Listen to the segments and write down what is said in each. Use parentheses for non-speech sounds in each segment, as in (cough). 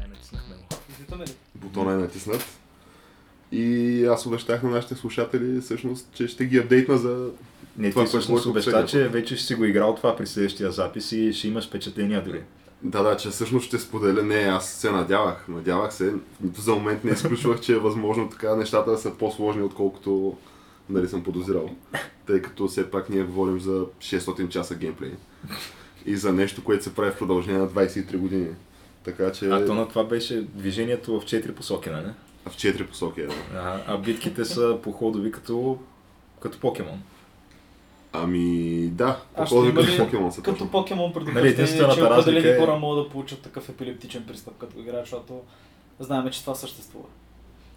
Е, натиснахме го. Бутона е натиснат. И аз обещах на нашите слушатели всъщност, че ще ги апдейтна за... Не, Това, ти което всъщност сме обеща, обсъдили. че вече ще си го играл това при следващия запис и ще имаш впечатления дори. Да, да, че всъщност ще споделя. Не, аз се надявах. Надявах се. За момент не изключвах, че е възможно така нещата да са по-сложни, отколкото нали съм подозирал. Тъй като все пак ние говорим за 600 часа геймплей. И за нещо, което се прави в продължение на 23 години. Така че А то на това беше движението в четири посоки, нали? в 4 посоки е. да. А, а битките са походови като, като покемон. Ами да, А ще по-ходи има като ли- покемон са Като точно. покемон Нали, предупреждение, единствената че определени разлика е- хора могат да получат такъв епилептичен пристъп, като играч, защото знаем, че това съществува.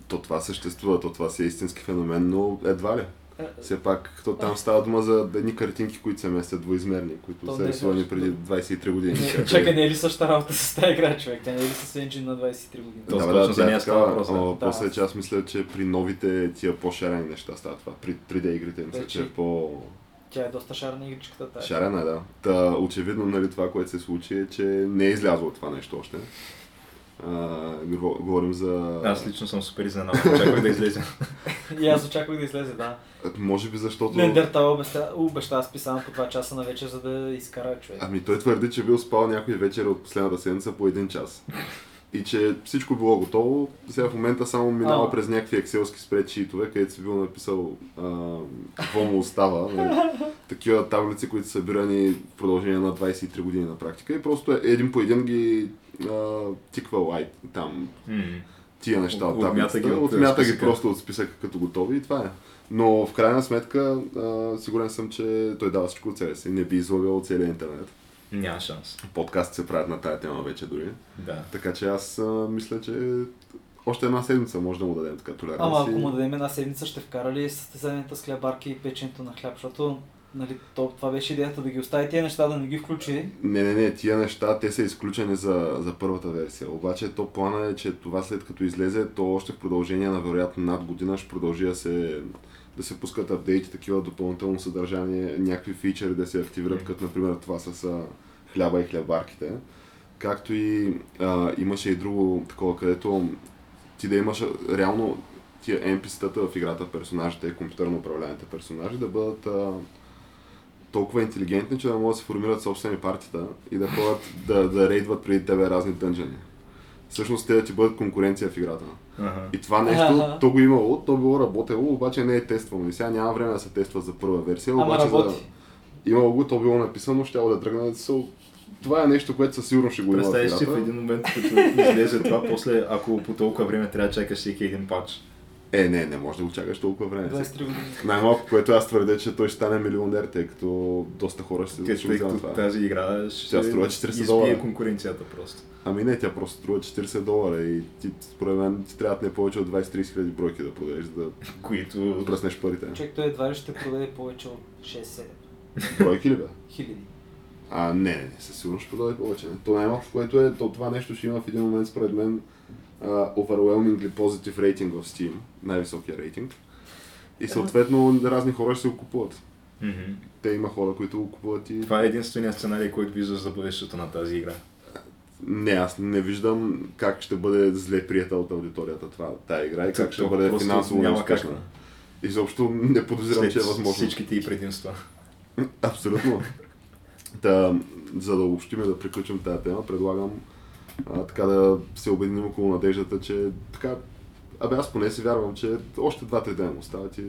То това съществува, то това си е истински феномен, но едва ли. Е, Все пак, то там става дума за едни картинки, които се местят двоизмерни, които То са не е рисувани точно. преди 23 години. не, Чакай, не е ли същата работа с тази игра, човек? Тя не е ли с енджин на 23 години? То- Да, точно да, за тя е нея става такава, въпрос, да. ама Да. Въпросът е, че аз мисля, че при новите тия по-шарени неща става това. При 3D игрите мисля, че е Вече- по... Тя е доста шарна игричката тая. Шарена, да. Та, очевидно, нали, това, което се случи е, че не е излязло това нещо още. А, го- говорим за... Аз лично съм супер изненадан, очаквах да излезе. И аз очаквах да излезе, да. Може би защото... Нендертал обеща, обеща аз писавам по 2 часа на вечер, за да изкара човек. Ами той твърди, че бил спал някой вечер от последната седмица по един час. И че всичко било готово. Сега в момента само минава А. през някакви екселски спредшитове, където си бил написал а, какво му остава. нали. Такива таблици, които са събирани в продължение на 23 години на практика. И просто е- един по един ги а, тиквал ай, там М. тия неща От- от, отмята таблицата. ги от, отмята ги списъка. просто от списъка като готови и това е. Но в крайна сметка а, сигурен съм, че той дава всичко от себе си. Не би излагал целия интернет Няма шанс. подкаст се правят на тая тема вече дори. Да. Така че аз а, мисля, че още една седмица може да му дадем така толерация. Ама ако му дадем една седмица, ще вкара ли състезанията с хлябарки и печенето на хляб, защото нали, то, това беше идеята да ги остави тези неща, да не ги включи. Не, не, не, тия неща, те са изключени за, за първата версия. Обаче то плана е, че това след като излезе, то още в продължение на вероятно над година ще продължи да се, да се пускат апдейти, такива допълнително съдържание, някакви фичери да се активират, Мгм. като например това с а, хляба и хлябарките. Както и а, имаше и друго такова, където ти да имаш а, реално тия NPC-тата в играта, персонажите и компютърно управляемите персонажи да бъдат а, толкова интелигентни, че да могат да се формират собствени партита и да ходят да, да рейдват преди тебе разни дънжени. Всъщност те да ти бъдат конкуренция в играта. Ага. И това нещо, Аха. то го имало, то било работело, обаче не е тествано. И сега няма време да се тества за първа версия, Ама обаче за... работи. имало го, то било написано, ще да тръгне. So, това е нещо, което със сигурност ще го има в Представиш си в играта. един момент, като излезе това, после ако по толкова време трябва да чакаш всеки един пач. Е, не, не може да го чакаш толкова време. 23 години. Най-малко, което аз твърдя, че той ще стане милионер, тъй като доста хора ще Те, се тъй вземат като това. тази игра ще Тя струва 40 избие долара. конкуренцията просто. Ами не, тя просто струва 40 долара и ти, според мен, ти трябва не е повече от 20-30 хиляди бройки да продадеш, за да Които... пръснеш парите. Човек той едва ли ще продаде повече от 6-7 Бройки ли бе? хиляди. А, не, не, не, със сигурност ще продаде повече. То най-малко, което е, то това нещо ще има в един момент, според мен, а, overwhelmingly positive rating в Steam, най-високия рейтинг. И съответно разни хора ще се го купуват. Мгм. Те има хора, които го купуват и... Това е единственият сценарий, който виждаш за бъдещето на тази игра. Не, аз не виждам как ще бъде зле прията от аудиторията това, тая игра и как ще То бъде просто финансово няма как. неуспешна. Изобщо не подозирам, че е възможно. (laughs) всичките и предимства. Абсолютно. Та, за да обобщим и да приключим тази тема, предлагам а, така да се обединим около надеждата, че така, абе аз поне си вярвам, че още 2-3 дена му остават и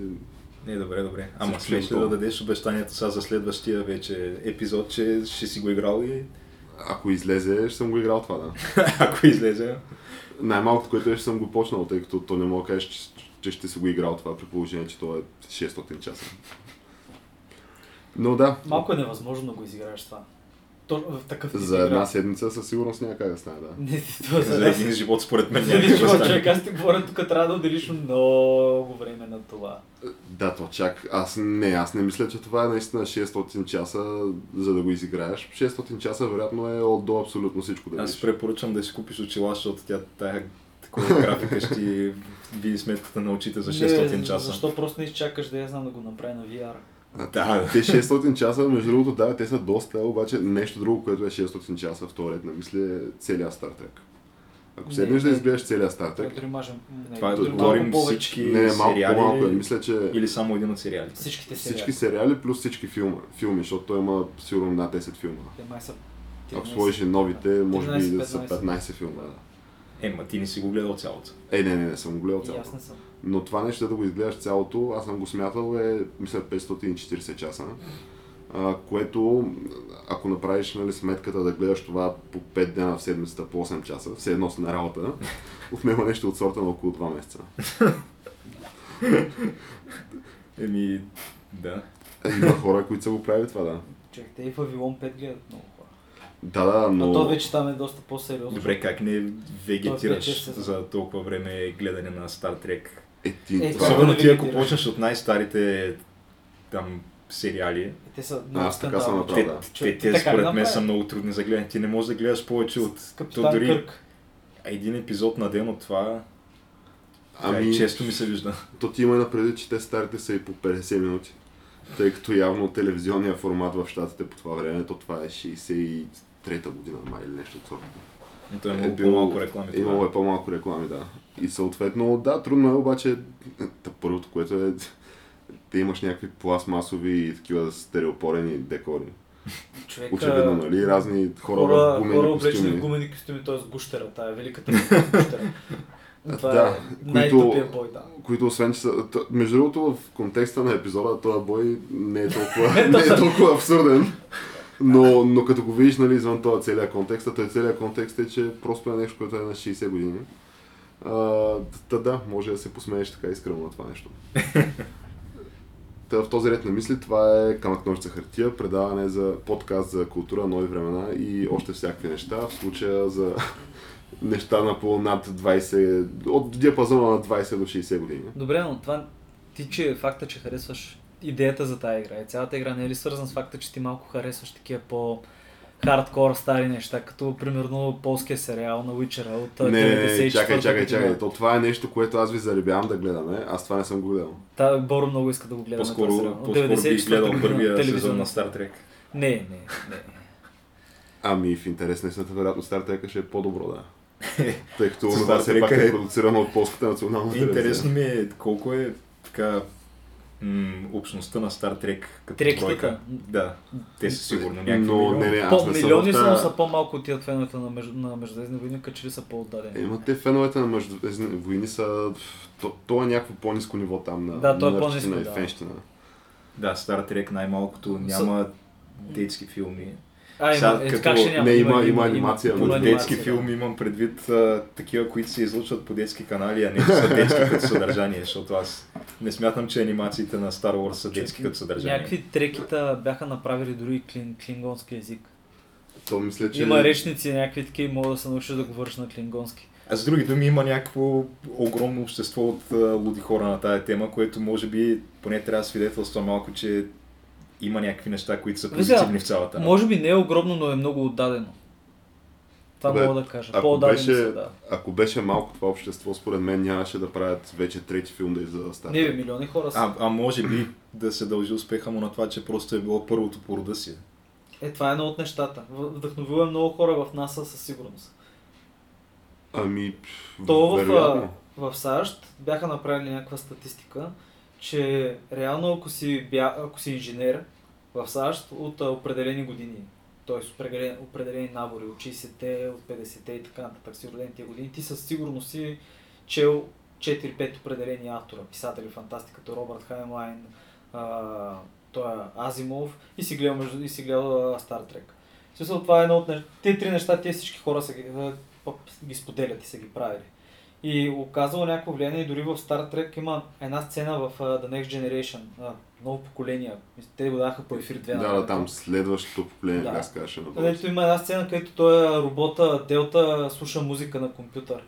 Не, добре, добре. Ама Всичко смеш ли готово. да дадеш обещанието сега за следващия вече епизод, че ще си го играл и (laughs) ако излезе, ще съм го играл това, да. ако излезе, Най-малкото, което е, че съм го почнал, тъй като то не мога да кажеш, че, че ще си го играл това при положение, че то е 600 часа. Но да, Малко е невъзможно да го изиграеш това. То, в такъв тип за игра. една седмица със сигурност няма как да стане, да. (laughs) Не, За то, (laughs) за един живот, според мен, Не няма виж какво да човек, стане. аз ти говоря, тук трябва да отделиш много време на това. Да, то чак. Аз не, аз не мисля, че това е наистина 600 часа, за да го изиграеш. 600 часа вероятно е от до абсолютно всичко да Аз видиш. препоръчвам да си купиш очила, защото тя тая такова графика ще ти види сметката на очите за 600 не, часа. Защо просто не изчакаш да я знам да го направя на VR? Да, Те 600 часа, между другото, да, те са доста, обаче нещо друго, което е 600 часа в този ред на мисли е целият Star Trek. Ако Не, седнеш да не. изгледаш целият Star Трябва Trek, да мажем. не, това е да дори отговорим малко повече. всички не, не, малко сериали по-малко е. или- Мисля, че или само един от сериалите. Всичките сериали. всички сериали плюс всички филма, филми, защото той има сигурно над 10 филма. Те май са Ако 13. сложиш и новите, може би 13, да са 15 филма. да. Е, ма ти не си го гледал цялото. Е, не, не, не съм го гледал И цялото. аз не съм. Но това нещо да го изгледаш цялото, аз съм го смятал е, мисля, 540 часа. А, което, ако направиш нали, сметката да гледаш това по 5 дена в седмицата, по 8 часа, все едно си на работа, отнема нещо от сорта на около 2 месеца. Еми, да. Има хора, които са го правили това, да. Чакай, те и Вавилон 5 гледат много хора. Да, да, Но... но... то вече там е доста по-сериозно. Добре, как не Той вегетираш вече се- за толкова време гледане на Star Trek? Е, ти, това... Е, това- Особено ти, ако вегетираш. почнеш от най-старите там сериали, И Те са много Аз така съм скандални. направил, те, да. те, Така те ли според мен направи? са много трудни за гледане. Ти не можеш да гледаш повече от... Капитан то дори Кърк. един епизод на ден от това, ами... Ами, често ми се вижда. (laughs) то ти има на предвид, че те старите са и по 50 минути. Тъй като явно телевизионния формат в щатите по това време, то това е 63-та година, май или нещо от сорта. И то е Е, много било- по-малко реклами. Е, тогава. Имало е по-малко реклами, да. И съответно, да, трудно е, обаче та първото, което е (laughs) те имаш някакви пластмасови и такива стереопорени декори. Човека... Очевидно, нали? Разни хора, в хора, хора гумени облечени в костюми. гумени костюми, т.е. гущера, тая великата (laughs) гущера. Това Да, е които- най-тъпия бой, да. Които освен, че са... т- Между другото, в контекста на епизода, този бой не е (laughs) толкова, Ето не е са. толкова абсурден. Но, но като го видиш, нали, извън този целият контекст, а той целият контекст е, че просто е нещо, което е на 60 години. А, та да, може да се посмееш така искрено на това нещо. Та в този ред на мисли, това е Камък ножица хартия, предаване за подкаст за култура, нови времена и още всякакви неща. В случая за (laughs) неща на по над 20, от диапазона на 20 до 60 години. Добре, но това ти, че факта, че харесваш идеята за тази игра и цялата игра не е ли свързан с факта, че ти малко харесваш такива по хардкор стари неща, като примерно полския сериал на Witcher от а, Не, не, не, 94-та чакай, чакай, година. чакай. То това е нещо, което аз ви заребявам да гледаме. Аз това не съм го гледал. Та, Боро много иска да го гледаме този сериал. По-скоро, От по-скоро бих 94-та гледал година, първия сезон телевизионно. на Star Trek. Не, не, не. Ами в интерес на истината, вероятно Star Trek ще е по-добро, да. Е, Тъй като С това Star все пак Trek е- е продуцирано от Полската национална телевизия. Интересно ми е колко е така м- общността на Star Trek като Треките, бройка. Да, те са сигурно някакви Но не, милиони. не, Е, аз не съм По-милиони в са, но тая- са по-малко от тия от феновете на, между, на Междузвездни войни, като че ли са по-отдадени. Ема Е, те феновете на Междузвездни войни са... То, то е някакво по-низко ниво там на Да, то е на по-ниско, ръщина и да. фенщина. Да, Star Trek най-малкото няма детски филми. А, има, сега е, като- как ще няма? не, има- има анимация, има но Под анимация, детски да. филми имам предвид а, такива, които се излъчват по детски канали, а не че са детски като съдържание, защото аз не смятам, че анимациите на Star Wars са детски като съдържание. Някакви трекита бяха направили дори и клин, клингонски език. То мисля, че... Има речници, някакви такива, мога да се научиш да говориш на клингонски. А с други думи има някакво огромно общество от а, луди хора на тая тема, което може би поне трябва да свидетелства малко, че има някакви неща, които са Вижте, позитивни в цялата работа. Може би не е огромно, но е много отдадено. Това Абе, мога да кажа. Ако По-отдадени беше, са, да. ако беше малко това общество, според мен нямаше да правят вече трети филм да излезе Star Не бе, Trek. милиони хора са. А, а може би да се дължи успеха му на това, че просто е било първото по рода си. Е, това е едно от нещата. В- Вдъхновило е много хора в НАСА със сигурност. Ами, пф, То в, а, вероятно. в САЩ бяха направили някаква статистика, че реално ако си, бя, ако си инженер в САЩ от а, определени години, т.е. определени, определени набори от 60-те, от 50-те и така нататък си роден тия години, ти със сигурност си чел 4-5 определени автора, писатели фантастика, като Робърт Хайнлайн, а, той е Азимов и си гледал, между- и си гледал а, Стар Трек. В смисъл това е едно от неща. Те три неща, те всички хора са ги, а, п- ги споделят и са ги правили. И оказало някакво влияние и дори в Star Trek има една сцена в а, The Next Generation, а, много поколения. Мисля, Те го даха по ефир 2. Да, да, там следващото поколение, Да. Значи, да. аз кажа на български. Където има една сцена, където той е робота, Делта, слуша музика на компютър.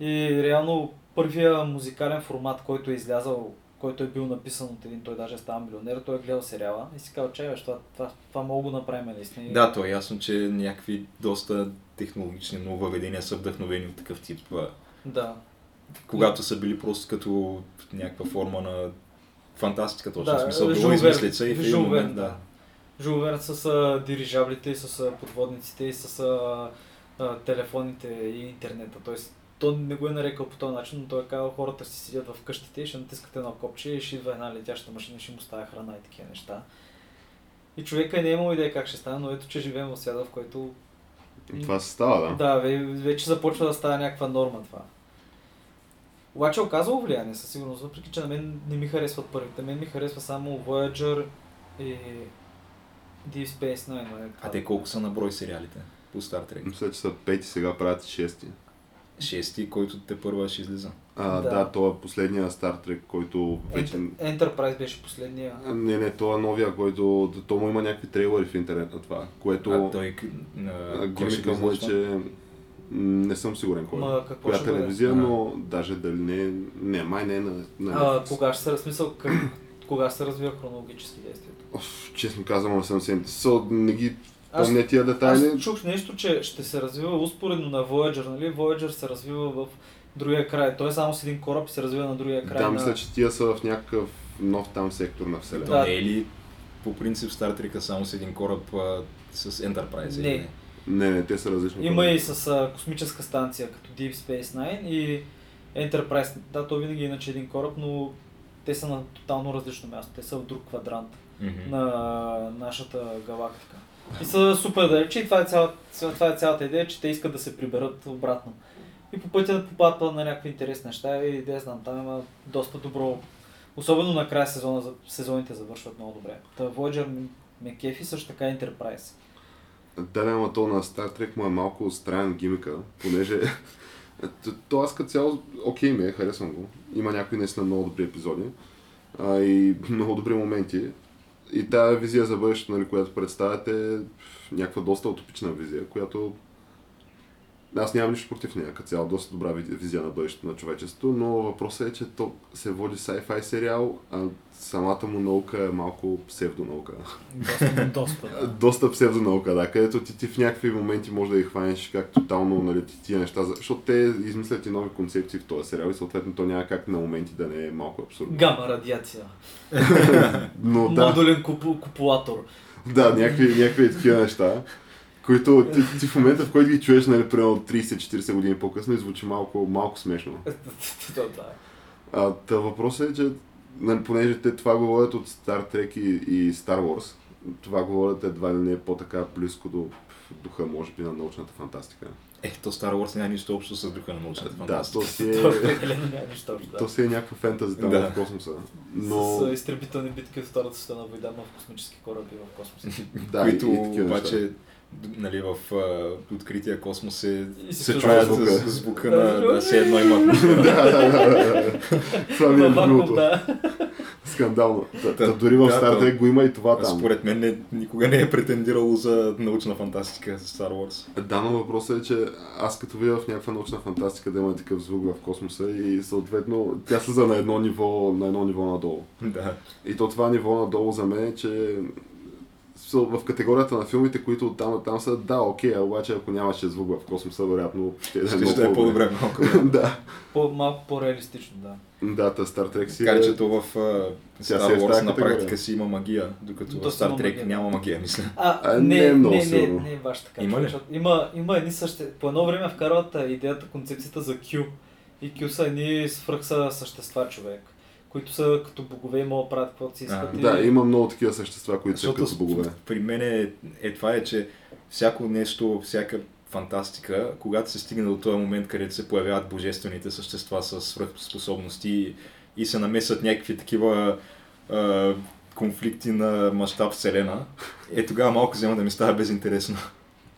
И реално първия музикален формат, който е излязал, който е бил написан от един, той даже става милионер, той е гледал сериала и си казал, че бе, това, това, това мога да направим наистина. Да, то е ясно, че някакви доста технологични нововъведения са вдъхновени от такъв тип. а, да. Когато са били просто като някаква форма на фантастика, точно Да, да, смисъл, Жул било Верн. измислица и в един Жул момент, Верн, да. Жул Верн с а, дирижаблите, и с а, подводниците, и с а, а, телефоните и интернета. Тоест, той не го е нарекал по този начин, но той е казал, хората си седят в къщите и ще натискат едно копче и ще идва една летяща машина, ще му става храна и такива неща. И човека не е имал идея как ще стане, но ето, че живеем в свята, в който Това се става, да. да, ве- вече започва да става някаква норма това. Обаче оказало влияние със сигурност, въпреки че на мен не ми харесват първите. Мен ми харесва само Voyager и Deep Space Nine. нали така. А те колко са на брой сериалите по Star Trek? Мисля, че са пети, сега правят и шести. Шести, който те първа ще излиза. А, Да. Е, да. да, то е последния Star Trek, който вече... Enter- Enterprise беше последния. А, Не, не, то е новия, който... То му има някакви трейлери в интернет на това, което... А той... а, а, кой ще Гимика го му е, излъчва? че... м, Не съм сигурен кой. е. Ма, какво коя ще бъде? телевизия, бъде? но даже дали не... Не, май не е на... на А, Netflix. кога ще се размисъл, как, кога ще се развива хронологически действието? Оф, честно казвам, не съм сигурен. Со, не е ги Аз- помня тия детайли. Аз чух нещо, че ще се развива успоредно на Voyager, нали? Voyager се развива в другия край. Той е само с един кораб и се развива на другия край. Да, на... мисля, че тия са в някакъв нов там сектор на Вселената. То Да. не е ли по принцип Star Trek само с един кораб а, с Enterprise? Не. или Не, не, те са различни. Има и продукти. с а, космическа станция, като Deep Space Nine и Enterprise. Да, то винаги е иначе един кораб, но те са на тотално различно място. Те са в друг квадрант Мгм. на нашата галактика. И са супер далече и това е, цялата, това е цялата идея, че те искат да се приберат обратно. И по пътя да попадат на някакви интересни неща и да я знам, там има доста добро. Особено на края сезона, за- сезоните завършват много добре. Та Voyager м- ме кефи, също така е Enterprise. Да, да, ама то на Star Trek му е малко странен гимика, понеже... (laughs) то, то аз като цяло, окей ми е, харесвам го. Има някои наистина много добри епизоди а, и много добри моменти. И тая визия за бъдещето, нали, която представяте, е някаква доста утопична визия, която... Аз нямам нищо против нея, като цяло доста добра ви- визия на бъдещето на човечеството, но въпросът е, че то се води sci-fi сериал, а самата му наука е малко псевдонаука. Доста, доста. (laughs) да. Доста псевдонаука, да, където ти, ти в някакви моменти може да ги хванеш как тотално нали, ти, тия неща, защото те измислят и нови концепции в този сериал и съответно то няма как на моменти да не е малко абсурдно. Гама радиация. Но да, Модулен купу- купулатор. (laughs) да някакви, някакви такива неща, които ти, ти, в момента, в който ги чуеш, нали, примерно 30-40 години по-късно, и звучи малко, малко смешно. Да, да. А, та въпросът е, че нали, понеже те това говорят от Star Trek и, и Star Wars, това говорят едва ли не е по-така близко до духа, може би, на научната фантастика. Е, то Star Wars няма нищо общо с духа на научната Да, фантастика. то си е... Това определено няма нищо общо, да. То си е някаква фентази там Да. в космоса. Но... Но... С а, изтребителни битки от Втората световна война, но в космически кораби (laughs) в космоса. Да, които и, и такива обаче неща. д- нали, в а, открития космос се, И се се чува чуят звука. звука. звука на да се едно имат. (laughs) да, да, да, да. Това ми е Във вакуум, любимото. да. Скандално. Та, Та, та дори в да, Star да. Trek го има и това там. Според мен не, никога не е претендирало за научна фантастика Star Wars. Да, но въпросът е, че аз като видя в някаква научна фантастика да има такъв звук в космоса и съответно тя се за на едно ниво, на едно ниво надолу. Да. И то това ниво надолу за мен е, че смисъл, в категорията на филмите, които оттам на там са, да, окей, а обаче ако нямаше звук в космоса, вероятно ще да е Ще много да е по-добре малко. да. (laughs) да. По, малко по-реалистично, да. Да, та Star Trek си Така е... че то в а, си е Star в Wars тази на практика категория. си има магия, докато в То си има Star Trek магия. няма магия, мисля. А, А, не, не е много не, не, сигурно. не, е баш така. Има ли? защото Има, има едни същи... По едно време вкарват а, идеята, концепцията за Q. И Q са едни свръхса същества човек, които са като богове и могат да правят каквото си искат. А, и- Да, има много такива същества, които са като с- богове. при мен е, е това е, че всяко нещо, всяка фантастика, когато се стигне до този момент, където се появяват божествените същества с свръхспособности и, и се намесват някакви такива а, конфликти на мащаб Вселена, е тогава малко взема да ми става безинтересно.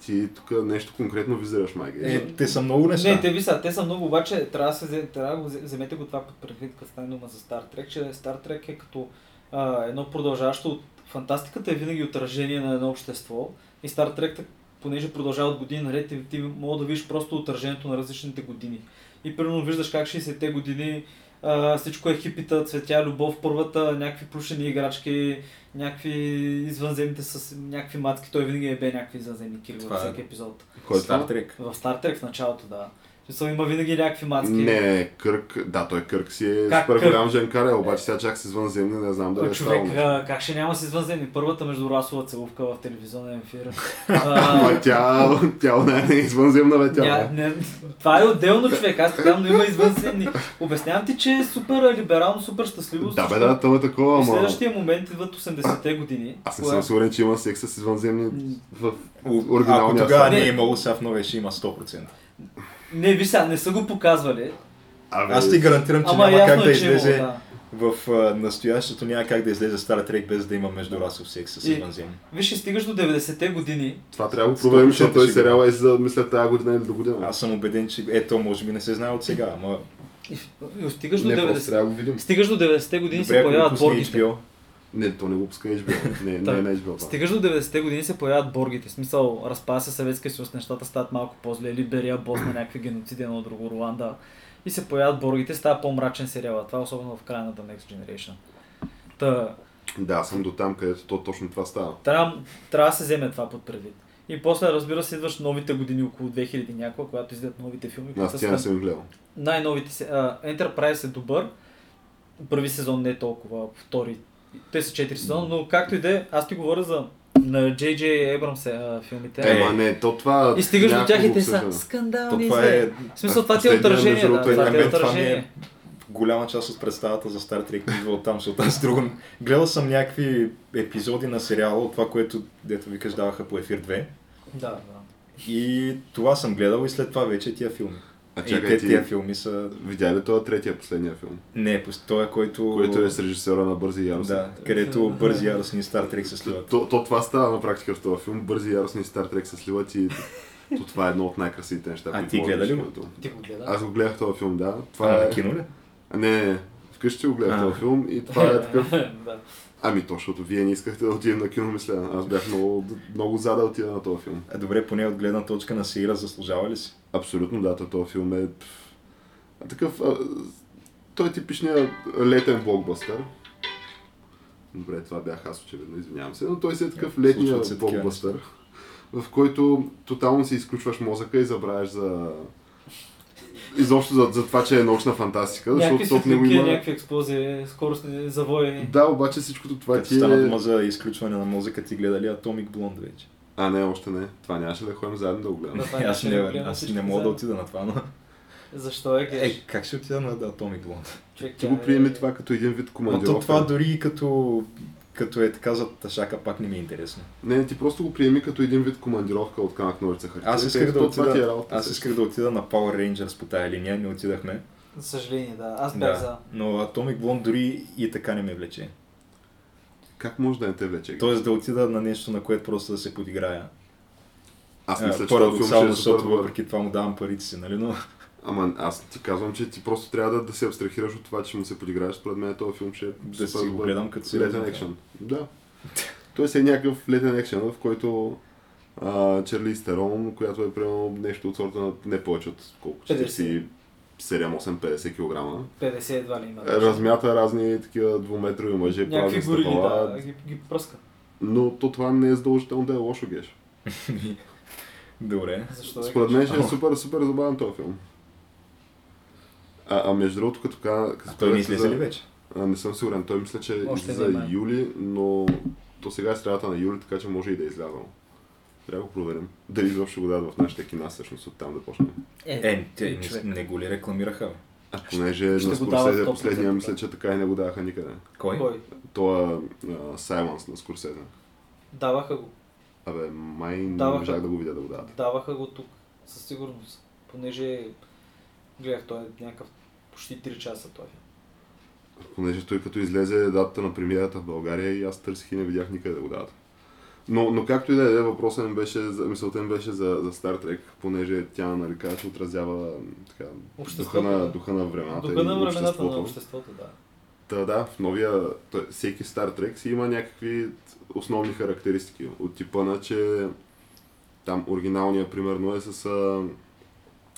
Ти тук нещо конкретно визираш, Майга. Е, те са много неща. Не, те ви са, те са много, обаче трябва да се взе- трябва да го взе- вземете го това под предвид, като стане дума за Star Trek, че Star Trek е като а, едно продължаващо от... Фантастиката е винаги отражение на едно общество и Стар Трек, понеже продължава от години наред, ти, ти мога да видиш просто отражението на различните години. И примерно виждаш как 60-те години а, всичко е хипита, цветя, любов, първата, някакви плюшени играчки, някакви извънземните с някакви мацки. Той винаги е бе някакви извънземни кили Това във е. всеки епизод. Кой е Стар това? Трек. В Стар Трек в началото, да. В смисъл има винаги някакви мацки. Не, не, Кърк, да, той Кърк си е Как супер Кърк? голям женкар, е, обаче сега чак с извънземни, не знам дали Кой е човек, ставал. а, как ще няма с извънземни? Първата междурасова целувка в телевизионен (laughs) ефир. Ама А, е тя, тя она не е извънземна, бе, тя. ня, бе. не, това е отделно човек, аз така да има извънземни. Обяснявам ти, че е супер либерално, супер щастливо. Да, бе, всичко. да, това е такова, В ама... следващия момент идват 80-те години. Аз не кое- съм сигурен, че има секс с извънземни М, в Ако оригиналния тогава стар. не е Не. имало, сега в новия ще има 100%. Не, виж сега, не са го показвали. Абе, Аз ти гарантирам, че Ама няма как ясно да е, че излезе има, да. в а, настоящето, няма как да излезе Стар Трек без да има междурасов секс с И- извънземни. Виж, ще стигаш до 90-те години. Това трябва да го проверим, защото 100% той сигурен. сериала е за, мисля, тази година или до година. Аз съм убеден, че ето, може би не се знае от сега, ама и- И стигаш до Не, просто 90 трябва да го видим. Стигаш до 90-те години добре, се ако го появяват пусне боргите. HBO, Не, то не го пуска HBO. Не, Та. не, не е HBO. това. Стигаш до 90-те години се появяват боргите. В смисъл, разпада се Съветския съюз, нещата стават малко по-зле. Либерия, Босна, някакви геноциди, едно друго, Руанда. И се появяват боргите, става по-мрачен сериал. Това е особено в края на The Next Generation. Та, Да, аз съм до там, където то точно това става. трябва, трябва да се вземе това под предвид. И после, разбира се, идваш новите години, около 2000 някога, когато излизат новите филми. които Аз са тя не скан- съм гледал. най-новите се... А, Enterprise е добър. Първи сезон не е толкова, втори. Те са 4 сезона, но както и да е, аз ти говоря за на J.J. Abrams а, филмите. Е, Ема не, то това... и стигаш до някакво тях и те обсъждане. са скандални. то това е... идеи. В смисъл, това ти е Последния, между отражение, да, другото, това ти е елемент, това ми е- отражение. Голяма част от представата за Стар Трек идва от там, защото аз друго... Гледал съм някакви епизоди на сериала, от това, което, дето викаш, даваха по Ефир 2. Да, да. И това съм гледал и след това вече тия филми. А Е, и те, чакай, ти тия филми са... видя ли това третия последния филм? Не, пос- той е който... Който е с режисера на Бързи и яростни. Да, където бързи яростни Стар Трек се сливат. То, то това става на практика в този филм. Бързи и яростни Стар Трек се (laughs) сливат и то това е едно от най-красивите неща. А които ти може да гледа ли видиш го? като- Ти го гледа. Аз го гледах този филм, да. Това Това е... е кино ли? Не, не, не. Вкъщи го гледах А. този филм и това (laughs) е такъв (laughs) да. Ами то, защото вие не искахте да отидем на кино, мисля. Аз бях много, много за да отида на този филм. А, Е, Добре, поне от гледна точка на Сеира заслужава ли си? Абсолютно да, то- този филм е пф, такъв... А, той е типичният летен блокбъстър. Добре, това бях аз очевидно, извинявам се, но той си е такъв Е, летния случват се такива блокбъстър, в който тотално си изключваш мозъка и забравяш за... Изобщо за, за това, че е научна фантастика, Някакви защото то в него светлинки, има... някакви експлозии, скоростни завои. Да, обаче всичкото това Като ти стана е... дума за изключване на мозъка, ти гледа ли Atomic Blonde вече? А, не, още не. Това нямаше да ходим заедно да го гледаме. Да, това аз нямаше да го не, гледам аз всички не мога да заедно. отида на това, но... Защо е геш? Е, как ще отида на Atomic Blonde? Човек, Ти тя го е- приеми това като един вид Но то командировка. това дори и като, като е така за тъшака, пак не ми е интересно. Не, ти просто го приеми като един вид командировка от камък ножица хартия. Аз Те, исках да то това ти е отида, работа. аз исках да отида на Power Rangers по тая линия, не отидахме. За съжаление, да. Аз бях за. Да, но Atomic Blonde дори и така не ме влече. Как може да не те влече? Тоест да отида на нещо, на което просто да се подиграя. Аз А, мисля, че този филм ще Парадоксално, е супер защото добър. въпреки това му давам парите си, нали? Но Ама аз ти казвам, че ти просто трябва да, да се абстрахираш от това, че му се подиграеш. Според мен този филм ще е Да супер си го добър. гледам като си Летен екшен. (laughs) Да. Той си е някакъв летен екшен, в който а, Черли Стерон, която е примерно нещо от сорта на не повече от колко 50. 47 8-50 кг. 50 едва ли има. Размята разни такива двуметрови мъже, Някакви празни горили, стъпала, да, ги, ги пръска. Но то това не е задължително да е лошо геш. добре. Защо е Според геш? мен ще е Ама. супер, супер забавен този филм. А, а между другото, като каза... като А той не казахте излезе за- ли вече? А, не съм сигурен. Той мисля, че Още Още не е. за има. юли, но то сега е средата на юли, така че може и да е излязъл. Трябва да го проверим. Дали изобщо го дадат в нашите кина, всъщност оттам да почнем. Е, те не- човек. не го ли рекламираха? бе? А понеже ще на го дават Скорсезе 100%, последния, да. мисля, че така и не го даваха никъде. Кой? Кой? То е Сайланс на Скорсезе. Даваха го. Абе, май не Даваха. можах да го видя да го дадат. Даваха го тук, със сигурност. Понеже гледах той е някакъв почти 3 часа той. Понеже той като излезе датата на премиерата в България и аз търсих и не видях никъде да го дадат. Но, но както и да е, въпросът ми беше, за, мисълта ми беше за, за Star Trek, понеже тя, нали, казваш, отразява м, така, духа Обществото. на, духа на времената Духа на и времената на обществото. обществото, да. Та да, в новия, той- всеки Star Trek си има някакви основни характеристики. От типа на, че там оригиналния примерно е с... А,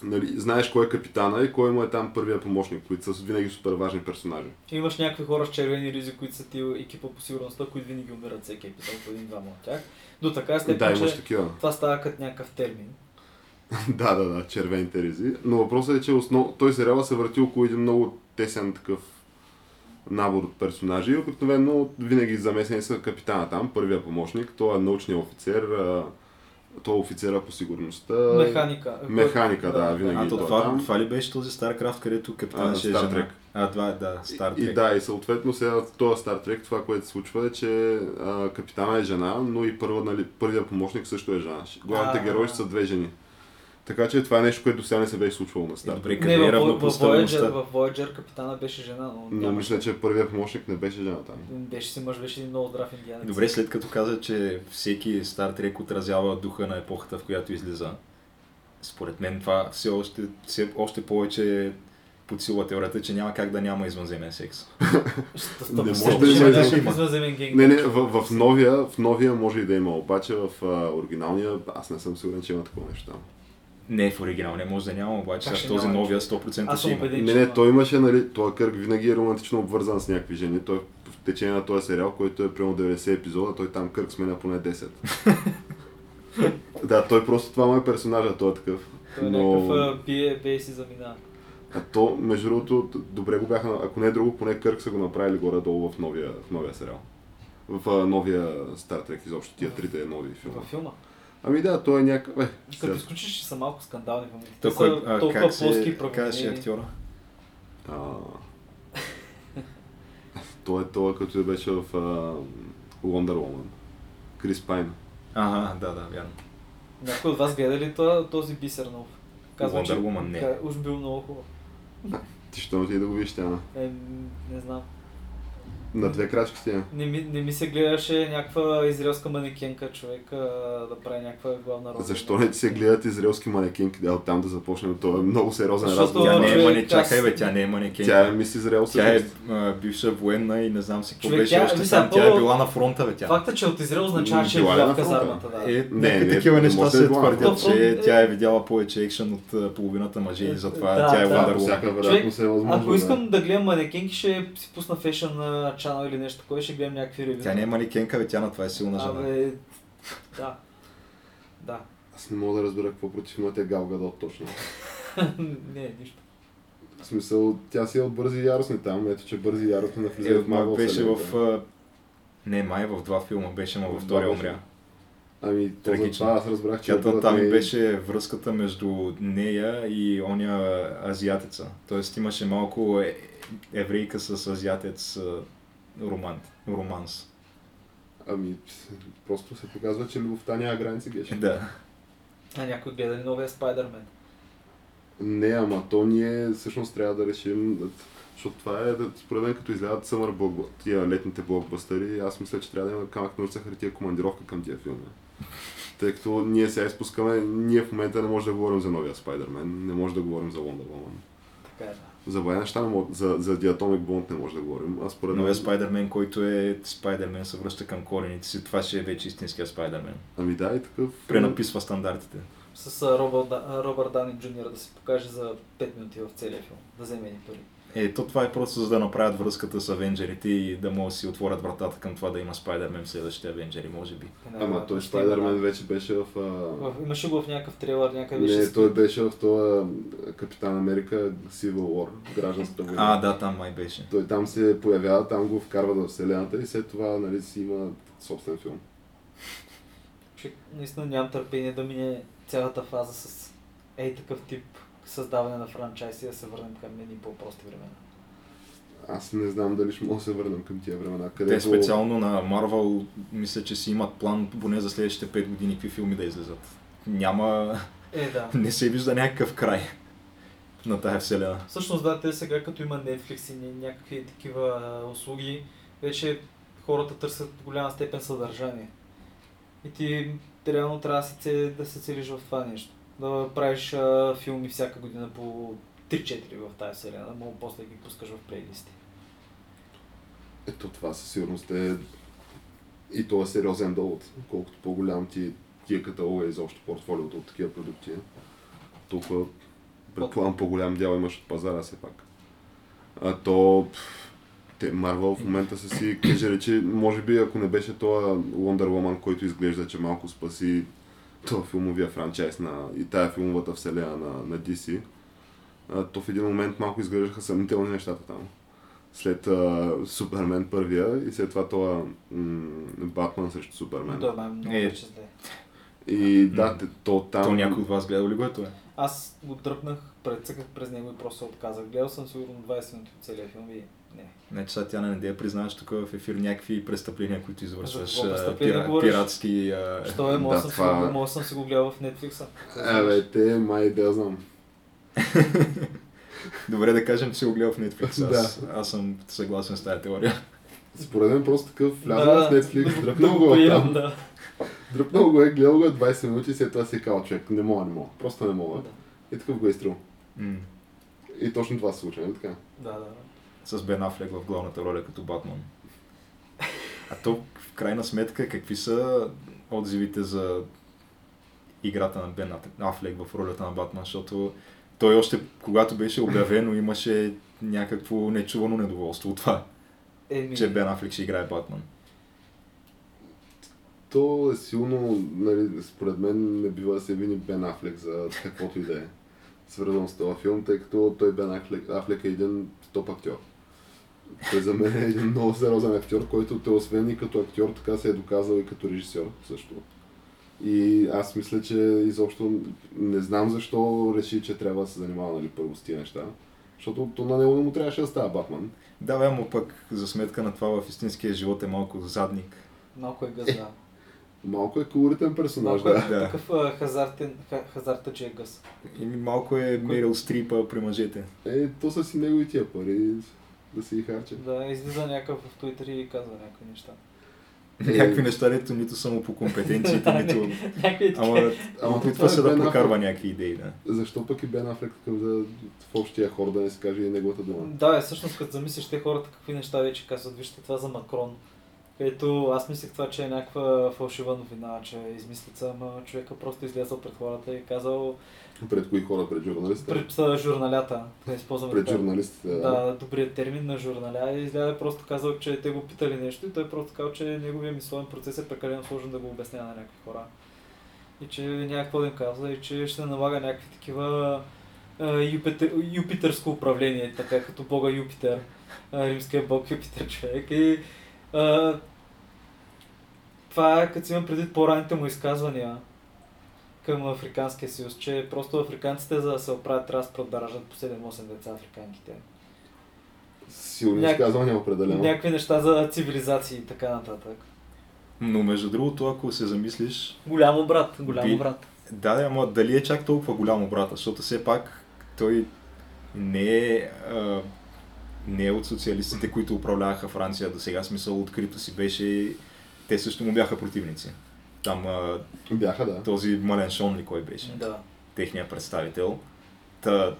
нали, знаеш кой е капитана и кой му е там първия помощник, които са винаги супер важни персонажи. Имаш някакви хора с червени ризи, които са ти екипа по сигурността, които винаги умират всеки епизод по един-двама от тях. До така степен, да, имаш че такива. това става като някакъв термин. (laughs) да, да, да, червените ризи. Но въпросът е, че основ... той сериала се върти около един много тесен такъв набор от персонажи. И Обикновено винаги замесени са капитана там, първия помощник, той е научният офицер, а, той е офицера по сигурността. Механика. Е, Механика, да, винаги. А И то той това, там. това ли беше този StarCraft, където А, капитана ще е Star Trek. жена? А, това е, да, Star Trek. И, и да, и съответно сега в този Star Trek това, което се случва е, че а, капитана е жена, но и първа, нали, първия помощник също е жена. Главните А. герои ще са две жени. Така че това е нещо, което до сега не се беше случвало на Star Trek. Добре, Не, къде е в, в, Voyager, равнопоставеността? в Voyager капитана беше жена, но, Но няма- мисля, че първият помощник не беше жена там. беше си мъж, беше един много здрав индианец. Добре, след като каза, че всеки Star Trek отразява духа на епохата, в която излиза, според мен това все още, все още повече подсилва теорията, че няма как да няма извънземен секс. Ще Не може да ще- ще има бъде изобщо. извънземен е генг. Не, не, в, в, новия, в новия може и да има, обаче в а, оригиналния аз не съм сигурен, че има такова нещо там. Не е в оригинал, не може да няма, обаче Как в ще този няма? новия 100% Аз ще съм има. убеден, Не, Е, че не, има. той имаше, нали, този Кърк винаги е романтично обвързан с някакви жени. Той в течение на този сериал, който е примерно 90 епизода, той там Кърк сменя поне 10. (laughs) да, той просто това му е персонажа, той е такъв. Той е Но- някакъв а, бие, бие и си замина. А то, между другото, д- добре го бяха, ако не е друго, поне Кърк са го направили горе-долу в новия, в новия сериал. В а, новия Star Trek изобщо, тия трите нови филма. Във филма. Ами да, той е някакъв... Е, Като сега- изключиш, че са малко скандални в момента. Те Та кой- са а, толкова как се- плоски и Как се правомерни. актьора? а... Той е това, като беше в а... Wonder Woman. Крис Пайн. Ага, да, да, вярно. Някой от вас гледа ли това- този бисер нов? Казвам, Wonder че- Woman не. ка- Уж бил много хубав. Ти ще ти да го видиш тя. Е, м, не знам. На две крачки сте. Не ми, не ми се гледаше някаква израелска манекенка човек а, да прави някаква главна роля. Защо не ти се гледат израелски манекинки? Да, оттам да започнем. Това е много сериозен Защото- разговор. Тя не е човек, мане, аз- чакай бе, тя не е манекен. Тя е мис Израел Тя е всъщност. а, бивша военна и не знам си какво Човек, беше тя- още мисля, сам. Тя е първо- била на фронта, бе тя. Факта, че от Израел означава, че е Била е била на в фронта. казармата. Да. Е, Не, не, не, такива не неща може да се е била на твърдят, фронта. че То- тя е видяла повече екшен от а, половината мъже и затова Да, тя е да. Wonder Да, по Woman. всяка Човек, вероятност е възможно. Ако да. искам да гледам манекенки, ще си пусна Fashion а, Channel или нещо такова и ще гледам някакви ревю. Тя не е манекенка, бе, тя на това е силна жена. Абе, да. Да. (laughs) Аз не мога да разбера какво против имате Гал Гадот точно. не, нищо. В смисъл, тя си е от бързи и яростни там. Ето, че бързи и яростни навлиза Е, в Марвел. май беше в... вселената. а, Не, май е в два филма беше, но във Два втория беше. умря. Ами, то за Трагично. това аз разбрах, че... Тя та- брат там ми и е- беше връзката между нея и оня азиатеца. Тоест имаше малко е- еврейка с азиатец а, роман, романс. (laughs) Ами, просто се показва, че любовта няма граници, геш. Да. А някой гледа ли новия Spider-Man? Не, ама то ние всъщност трябва да решим, защото това е, да- според мен, като излядат съмър тия летните блокбъстъри, аз мисля, че трябва да има камък на улица хартия командировка към тия филми. Тъй като ние сега изпускаме, ние в момента не можем да говорим за новия Spider-Man, не можем да говорим за Wonder Woman. Така е, да. За бая неща, не мож- за, за The Atomic Bond не може да говорим. Аз според Новия мен... Спайдермен, който е Спайдермен, се връща към корените си. Това ще е вече истинския Спайдермен. Ами да, и такъв... Пренаписва стандартите. С а, Робър, Да- Робърт Дани Джуниор да се покаже за 5 минути в целия филм. Да вземе едни пари. Е, то това е просто за да направят връзката с Авенджерите и да могат да си отворят вратата към това да има Спайдермен в следващите Авенджери, може би. Една Ама глава. той Ще има, Е, да. Spider-Man вече беше в... а, В- Имаше го в някакъв трейлър, някъде беше... Не, скрит. той беше в това Капитан Америка Civil War, гражданската война. А, да, там май беше. Той там се появява, там го вкарват в вселената и след това нали, си има собствен филм. Човек, наистина нямам търпение да мине цялата фаза с ей такъв тип създаване на франчайз и да се върнем към едни по-прости времена. Аз не знам дали ще мога да се върнем към тия времена. Където... Те специално на Марвел мисля, че си имат план поне за следващите 5 години какви филми да излезат. Няма... Е, да. не се вижда някакъв край на тая вселена. Всъщност да, те сега като има Netflix и ня- някакви такива а, услуги, вече хората търсят до голяма степен съдържание. И ти реално трябва да се, це- да се целиш в това нещо. Да правиш а, филми всяка година по 3-4 в тази вселена, но после ги пускаш в плейлисти. Ето това със сигурност е и то е сериозен довод. Колкото по-голям ти, ти е каталога изобщо портфолиото от такива продукти, толкова предполагам по-голям дял имаш от пазара все пак. А то пф, те, Марвел в момента са си, каже речи, може би ако не беше това Wonder Woman, който изглежда, че малко спаси този филмовия франчайз на, и тая филмовата вселена на, на DC, а, то в един момент малко изглеждаха съмнителни нещата там. След а, Супермен първия и след това това м- Батман срещу Супермен. Той е много Е. вече зле. И да, те- то там... То някой от вас гледа ли го е това? Аз го дръпнах, прецъках през него и просто се отказах. Гледал съм сигурно 20 минути от целия филм и не. Не, че сега тя не да признаваш тук в ефир някакви престъпления, които извършваш. какво а, престъпление пира- говориш? пиратски. (laughs) а, Що е, мога Да, съм, си това- го- мога съм си го гледал в Netflix. Абе, Е, те май да знам. Добре да кажем, че си го гледал в Netflix. Аз, Да. аз съм съгласен с тази теория. Според мен просто такъв влязъл в Netflix, дръпнал го е приемам, там. да. Дръпнал го е, гледал го е 20 минути и след това си е казал човек, не мога, не мога, просто не мога. Да. И такъв го е изтрил. М. И точно това се случва, нали така? Да, да. с Бен Афлек в главната роля като Батман. А то, в крайна сметка, какви са отзивите за играта на Бен Ат- Афлек в ролята на Батман, защото той още, когато беше обявено, имаше някакво нечувано недоволство от това, Еми, че Бен Афлек ще играе Батман. То е силно, нали, според мен не бива да се вини Бен Афлек за каквото и да е свързано с този филм, тъй като той Бен Афлек, Афлек е един топ актьор. Той за мен е един много сериозен актьор, който той освен и като актьор, така се е доказал и като режисьор също. И аз мисля, че изобщо не знам защо реши, че трябва да се занимава нали, първо с тия неща. Защото то на него не му трябваше да става Батман. Да, бе, му пък за сметка на това в истинския живот е малко задник. Малко е гъс, да. Малко е колоритен персонаж, Малко да. е да. такъв а, хазартен, ха- хазарта, че е гъс. И малко е Мерил Стрипа при мъжете. Е, то са си негови тия пари да си ги харчат. Да, излиза някакъв в Twitter и казва някакви неща. Е. Някакви неща, дето нито само по компетенциите, нито... Някакви такива. Ама, Ама ама това е опитва се да Бен Афлек. прокарва някакви идеи, да. Защо пък и Бен Афлек такъв да в общия хор да не се каже и неговата дума? Да, е, всъщност като замислиш те хората какви неща вече казват, вижте това за Макрон. Където аз мислех това, че е някаква фалшива новина, че е измислица, ама човека просто излязъл пред хората и е казал Пред кои хора? Пред журналистите? пред а, журналята, да използваме Пред това. журналистите, да. да, добрият термин на журналя и изляда просто казал, че те го питали нещо и той просто казал, че неговия мисловен процес е прекалено сложен да го обяснява на някакви хора. И че няма какво да им казва и че ще налага някакви такива а, юпитер, юпитерско управление, така като бога Юпитер, а, римския бог Юпитер човек. И, а, това е като си имам предвид по-ранните му изказвания към Африканския съюз, че просто африканците за да се оправят трябва да спрат да раждат по 7-8 деца африканките. Силни Няк- изказвания определено. Някакви неща за цивилизации и така нататък. Но между другото, ако се замислиш, Голямо брат, голямо Би- брат. да, да, ама дали е чак толкова голям брата, защото все пак той не е, а, не е от социалистите, които управляваха Франция до сега, смисъл открито си беше, те също му бяха противници. Там а, Бяха, да. този Маленшон ли кой беше? Да. техния представител. Та,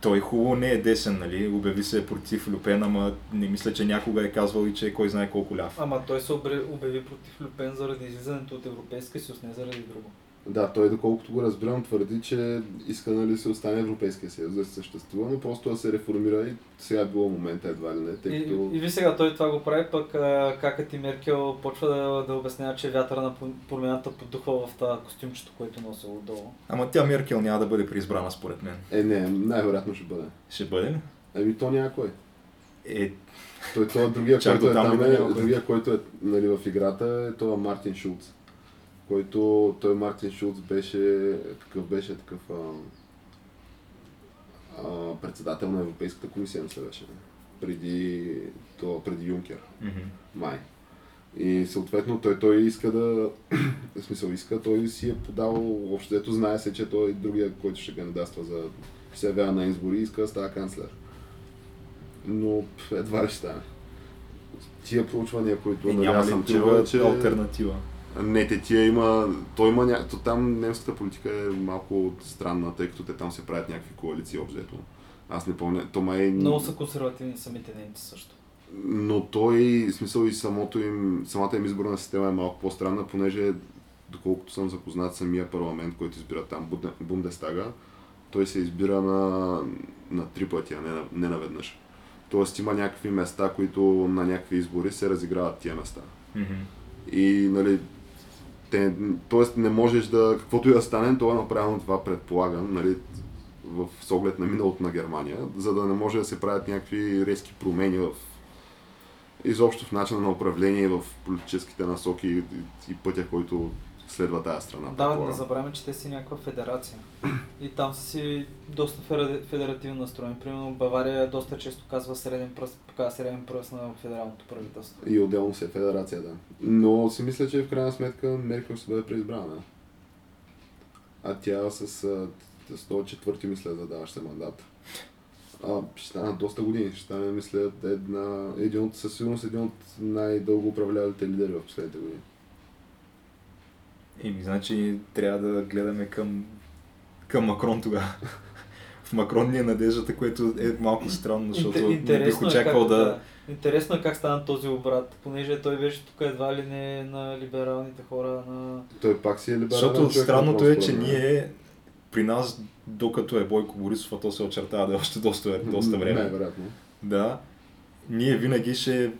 той хубаво не е десен, нали? Обяви се против Люпен, ама не мисля, че някога е казвал и че е кой знае колко ляв. Ама той се обре- обяви против Люпен заради излизането от Европейския съюз, не заради друго. Да, той доколкото го разбирам твърди, че иска нали се остане Европейския съюз да се съществува, но просто да се реформира и сега е било момента едва ли не, И, тъй като... и ви сега той това го прави, пък а, какът и Меркел почва да, да обяснява, че вятъра на пом- промяната поддухва в това костюмчето, което носил отдолу. Ама тя Меркел няма да бъде преизбрана, според мен. Е, не, най-вероятно ще бъде. Ще бъде ли? Ами то някой. Е, Той, той другия, Чак който е до там ли там, е, няма кой? другия, който е нали, в играта, е това Мартин Шулц. Който той Мартин Шулц беше такъв, беше такъв а, а, председател на Европейската комисия, мисля беше. нали, Преди, то, преди Юнкер, мгм. май. И съответно той, той иска да, (clears throat) в смисъл иска, той си е подал, общо дето знае се, че той е другия, който ще кандидатства за ще се явява на избори, иска да става канцлер. Но пф, едва ли ще стане. Тия проучвания, които е нали, няма аз ли съм друга чувал, че... альтернатива? Не, те тия има... Той има ня... То там немската политика е малко странна, тъй като те там се правят някакви коалиции обзето. Аз не помня. То май... Много са консервативни самите немци също. но той, в смисъл и самото им, самата им изборна система е малко по-странна, понеже доколкото съм запознат самия парламент, който избира там Будна- Бундестага, той се избира на, на три пъти, а не, на, не наведнъж. Тоест има някакви места, които на някакви избори се разиграват тия места. Мгм. И, нали, те, тоест не можеш да, каквото и да стане, това е направено това предполагам, нали, в с оглед на миналото на Германия, за да не може да се правят някакви резки промени в изобщо в начина на управление, в политическите насоки и, и пътя, който следва тази страна. Да, предполагам. да забравяме, че те си някаква федерация. И там са си доста фера- федеративно настроени. Примерно Бавария доста често казва среден пръст, показва среден пръст на федералното правителство. И отделно се е федерация, да. Но си мисля, че в крайна сметка Меркел ще бъде преизбрана. А тя с а, 104-ти мисля задаваща мандат. А, ще станат доста години. Ще стане, мисля, една, един от, със сигурност един от най-дълго управлявалите лидери в последните години. Еми, значи трябва да гледаме към, към Макрон тогава. (laughs) В Макрон ни е надеждата, което е малко странно, защото Интер- е не бих очаквал как, да... Интересно е как стана този обрат, понеже той беше тук едва ли не на либералните хора, на... Той пак си е либерален Защото човек, странното отново, е, че според мен. ние при нас, докато е Бойко Борисов, а то се очертава да е още доста, (laughs) доста време. Най-вероятно. Да. Ние винаги ще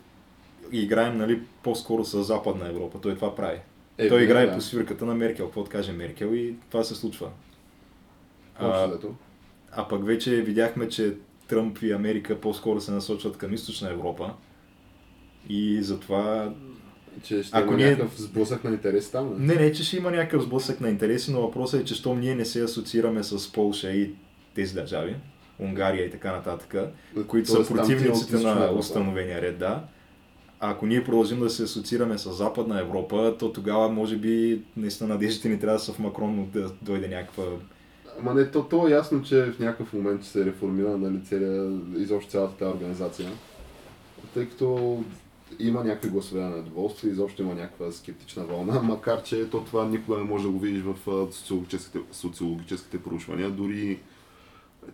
играем нали, по-скоро с Западна Европа. Той това прави. Е, Той не, играе да. по свирката на Меркел. Какво да каже Меркел и това се случва. А, Общо взето. а пък вече видяхме, че Тръмп и Америка по-скоро се насочват към Източна Европа. И затова... Че ще ако има ние- някакъв сблъсък на интереси там. Не? Не, не, че ще има някакъв сблъсък на интереси, но въпросът е, че щом ние не се асоциираме с Полша и тези държави, Унгария и така нататък, които Тоест, са там ти е от противниците източна на Европа. установения ред, да. А Ако ние продължим да се асоциираме с Западна Европа, то тогава може би наистина надеждите ни трябва да са в Макрон, но да дойде някаква... Ма не, то, то е ясно, че в някакъв момент ще се реформира нали, целия, изобщо цялата тази организация. Тъй като има някакви гласове на недоволство, изобщо има някаква скептична вълна, макар че то това никога не може да го видиш в а, социологическите, социологическите проучвания, дори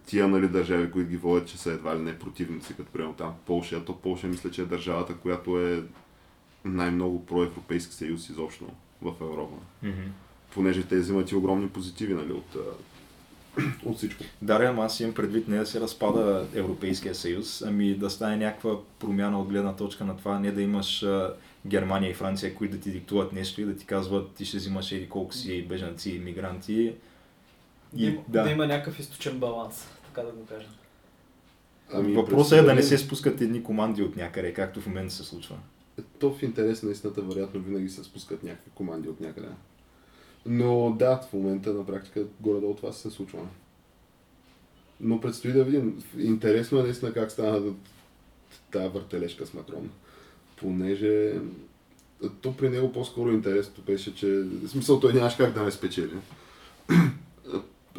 тия нали, държави, които ги водят, че са едва ли не противници, като примерно там Полша, то Полша мисля, че е държавата, която е най-много проевропейски съюз изобщо в Европа понеже те взимат и огромни позитиви нали, от, а, от всичко. Даре, ама аз имам предвид не да се разпада Европейския съюз, ами да стане някаква промяна от гледна точка на това, не да имаш а, Германия и Франция, които да ти диктуват нещо и да ти казват ти ще взимаш еди колко си бежанци и мигранти. Да, има- да. да има някакъв източен баланс, така да го кажем. Ами, Въпросът е да не се спускат едни команди от някъде, както в момента се случва. Е, То в интерес на истината, вероятно, винаги се спускат някакви команди от някъде. Но да, в момента на практика горе-долу това се случва. Но предстои да видим. Интересно е наистина как стана тази въртележка с Макрон. Понеже е, то при него по-скоро интересното беше, че... В смисъл, той нямаше как да не спечели. Е,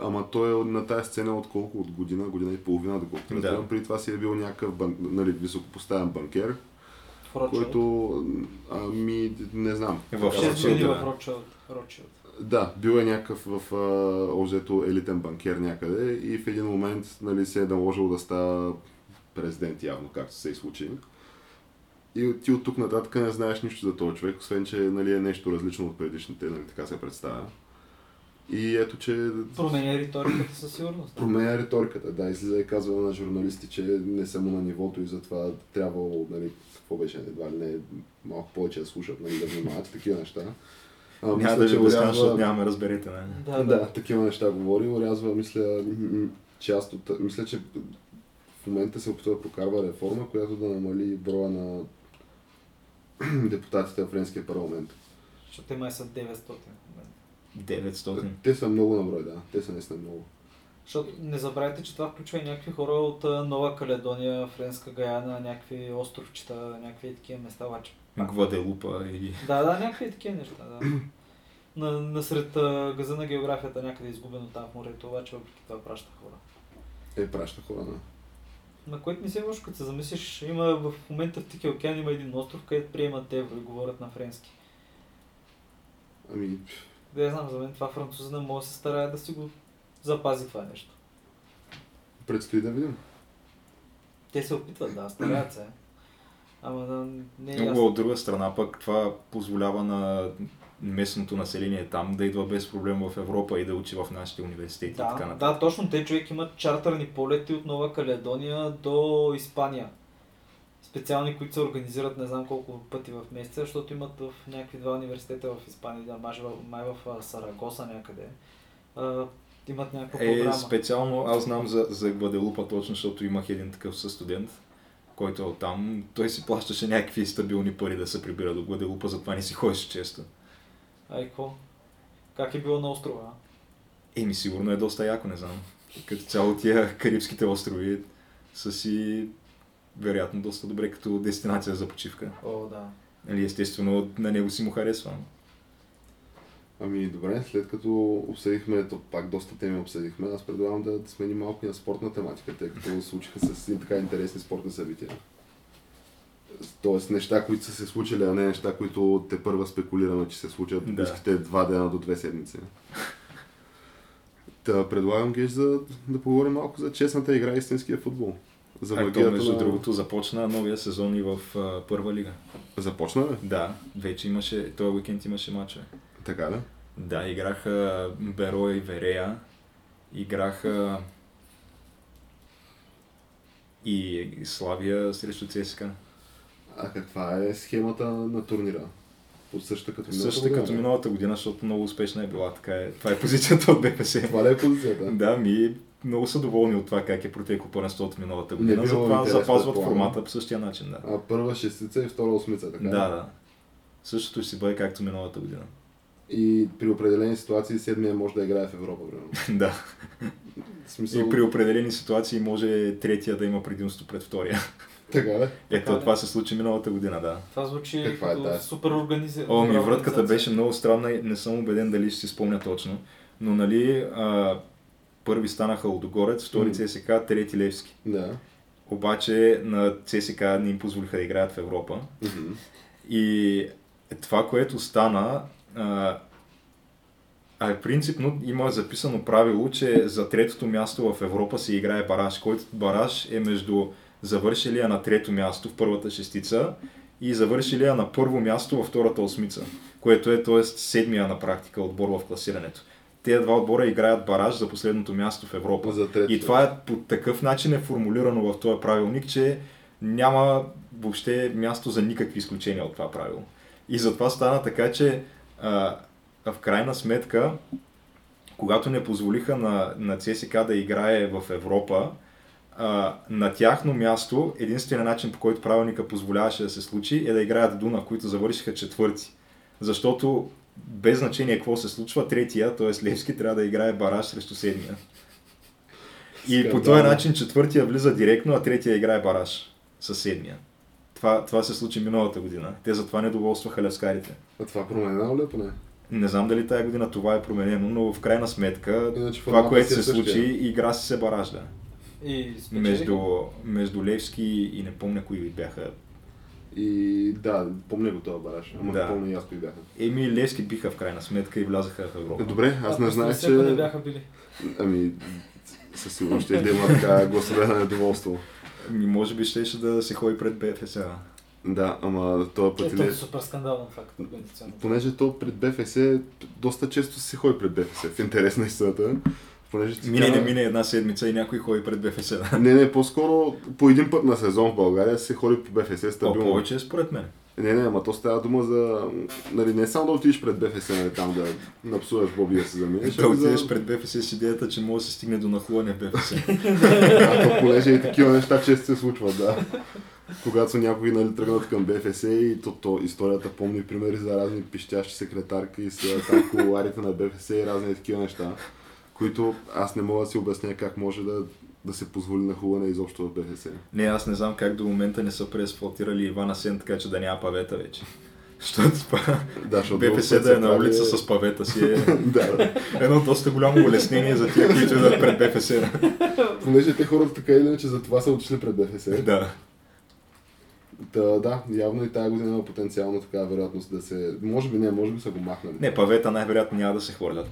Ама той е на тази сцена от колко? От година, година и половина, доколкото Да. разбирам. Преди това си е бил някакъв бан... нали, високопоставен банкер, Рочелд. който, ами, не знам. В Така, Рочелд, в 6 години да. в Рочелд. Рочелд. Да, бил е някакъв в а, обзето елитен банкер някъде и в един момент нали, се е наложил да става президент явно, както се и случи. И от- ти от тук нататък не знаеш нищо за този човек, освен че нали, е нещо различно от предишните, нали, така се представя. И ето, че Променя риториката със сигурност. променя риториката. Да, излиза и казва на журналисти, че не са му на нивото и затова трябвало, нали, какво беше, едва ли не, малко повече да слушат, нали, да внимават и такива неща. А, Няма мисля, да ви че обяснявам, урязва- защото нямаме разберете. Не? Да, да. да, такива неща говори, урязва, мисля, м, част от... Мисля, че в момента се опитва да прокарва реформа, която да намали броя на (clears throat) депутатите в Френския парламент. Защото те май са 900 в момента. 900. Те са много на брой, да. Те са наистина много. Защото не забравяйте, че това включва и някакви хора от а, Нова Каледония, Френска Гаяна, някакви островчета, някакви такива места, обаче. пак- е Гваделупа и... Да, да, някакви такива неща, да. На, насред а, газа на географията някъде е изгубено там в морето, обаче въпреки това праща хора. Е, праща хора на... На което ми се е лошо, като се замислиш, има в момента в Тихия океан има един остров, където приемат евро и говорят на френски. Ами, Да я знам, за мен това французина може да се старае да си го запази това нещо. предстои да видим. Те се опитват, да, стараят се. Ама да, не е Много ясно. от друга страна пък това позволява на местното население там да идва без проблем в Европа и да учи в нашите университети и така Да, нататък. да, точно те човек имат чартерни полети от Нова Каледония до Испания. Специални, които се организират не знам колко пъти в месеца, защото имат в някакви два университета в Испания, да, май, май в а, Сарагоса някъде. А, имат някаква Е, програма. специално аз знам за, за Гваделупа точно, защото имах един такъв със студент, който е оттам. Той си плащаше някакви стабилни пари да се прибира до Гваделупа, затова не си ходеше често. Ай, какво? Как е било на острова? а? Еми, сигурно е доста яко, не знам. Като цяло тия Карибските острови са си вероятно доста добре като дестинация за почивка. О, да. Нали, естествено, на него си му харесва. но- Ами добре, след като обсъдихме, то пак доста теми обсъдихме, аз предлагам да сменим малко и на спортна тематика, тъй като случиха се и така интересни спортни събития. Тоест неща, които са се случили, а не неща, които те първа спекулираме, че се случат Да. да. близките два дена до две седмици. Та предлагам Геш за, да поговорим малко за честната игра и истинския футбол. За А то, магията между на- другото, започна новия сезон и в а, първа лига. Започна ли? Да, вече имаше, този уикенд имаше матча. Така да. Да, играха Беро и Верея, играха и Славия срещу ЦСКА. А каква е схемата на турнира? По същата като миналата Също като година? миналата година, защото много успешна е била. Така е. Това е позицията от БПС. Това ли е позицията? Да, ми много са доволни от това как е протекло първенството от миналата Не година. било Затова интересно, запазват предполагам. формата по същия начин, да. А, първа шестица и втора осмица, така? е. ли? Да, да. Същото ще си бъде както миналата година. (laughs) И при определени ситуации седмия може да играе в Европа, примерно. да. В смисъл, И при определени ситуации може третия да има предимство пред втория. (laughs) Така е. ли? Така ли? Ето това се случи миналата година, да. Това звучи Каква е като тая? супер организирано. О, ми вратката беше много странна и не съм убеден дали ще си спомня точно. Но нали, а, първи станаха Лудогорец, втори М. ЦСКА, трети Левски. Да. Обаче на ЦСКА не им позволиха да играят в Европа. Мгм. И това, което стана, а, а принципно има записано правило, че за третото място в Европа се играе бараж, който бараж е между завършилия на трето място в първата шестица и завършилия на първо място във втората осмица, което е т.е. седмия на практика отбор в класирането. Те два отбора играят бараж за последното място в Европа. За трето. И това е, по такъв начин е формулирано в този правилник, че няма въобще място за никакви изключения от това правило. И затова стана така, че а, в крайна сметка, когато не позволиха на, на ЦСКА да играе в Европа, а, на тяхно място единственият начин, по който правилника позволяваше да се случи, е да играят Дунав, които завършиха четвърти. Защото без значение какво се случва, третия, т.е. Левски, трябва да играе бараж срещу седмия. И по Скандално. този начин четвъртия влиза директно, а третия играе бараж със седмия. Това, това се случи миналата година. Те затова недоволстваха левскарите. А това променено ли е поне? Не знам дали тая година това е променено, но в крайна сметка Иначе това, форматът което си е се същия. Значи случи, игра си се баражда. И спечелиха. Между, между Левски и не помня кои бяха. И да, помня го това бараш. Ама Да. да. помня и аз кои бяха. Е, Еми и Левски биха в крайна сметка и влязаха в Европа. Добре, аз не А, знаех, представи си, ако не че... бяха били. Ами, със сигурност ще да има така гласове на недоволство. Еми, може би щеше да се ходи пред БФС. а? Да, ама този път Ето не... е супер скандално това като организационно. Понеже то пред БФС, доста често се ходи пред БФС, в интерес на истината. Понеже ти Мине не кажа- мине една седмица и някой ходи пред БФС. да. (laughs) Не, не, по-скоро по един път на сезон в България се ходи по БФС Това стабилно. повече е според мен. Не, не, ама то става дума за... Нали, не само да отидеш пред БФС, нали, там да напсуваш Боби да се заминеш. Да ами за- отидеш (laughs) пред БФС с идеята, че може да се стигне до нахлуване в БФС. А то понеже и такива неща често се случват, да. Когато някои нали, тръгнат към БФС и то, то историята помни примери за разни пищящи секретарки с а, там коларите на БФС и разни такива неща, които аз не мога да си обясня как може да, да се позволи нахлуване изобщо в БФС. Не, аз не знам как до момента не са преасфалтирали Ивана Сен, така че да няма павета вече. (laughs) Защото па- Да, защото друг БФС път да е се на прави- улица с павета си е да, (laughs) да. едно доста голямо улеснение за тия, които идват пред БФС. Понеже те хората така или иначе за това са отишли пред БФС. Да. Та, да, явно и тази година има потенциално така вероятност да се... Може би не, може би са го махнали. Не, павета най-вероятно няма да се хвърлят.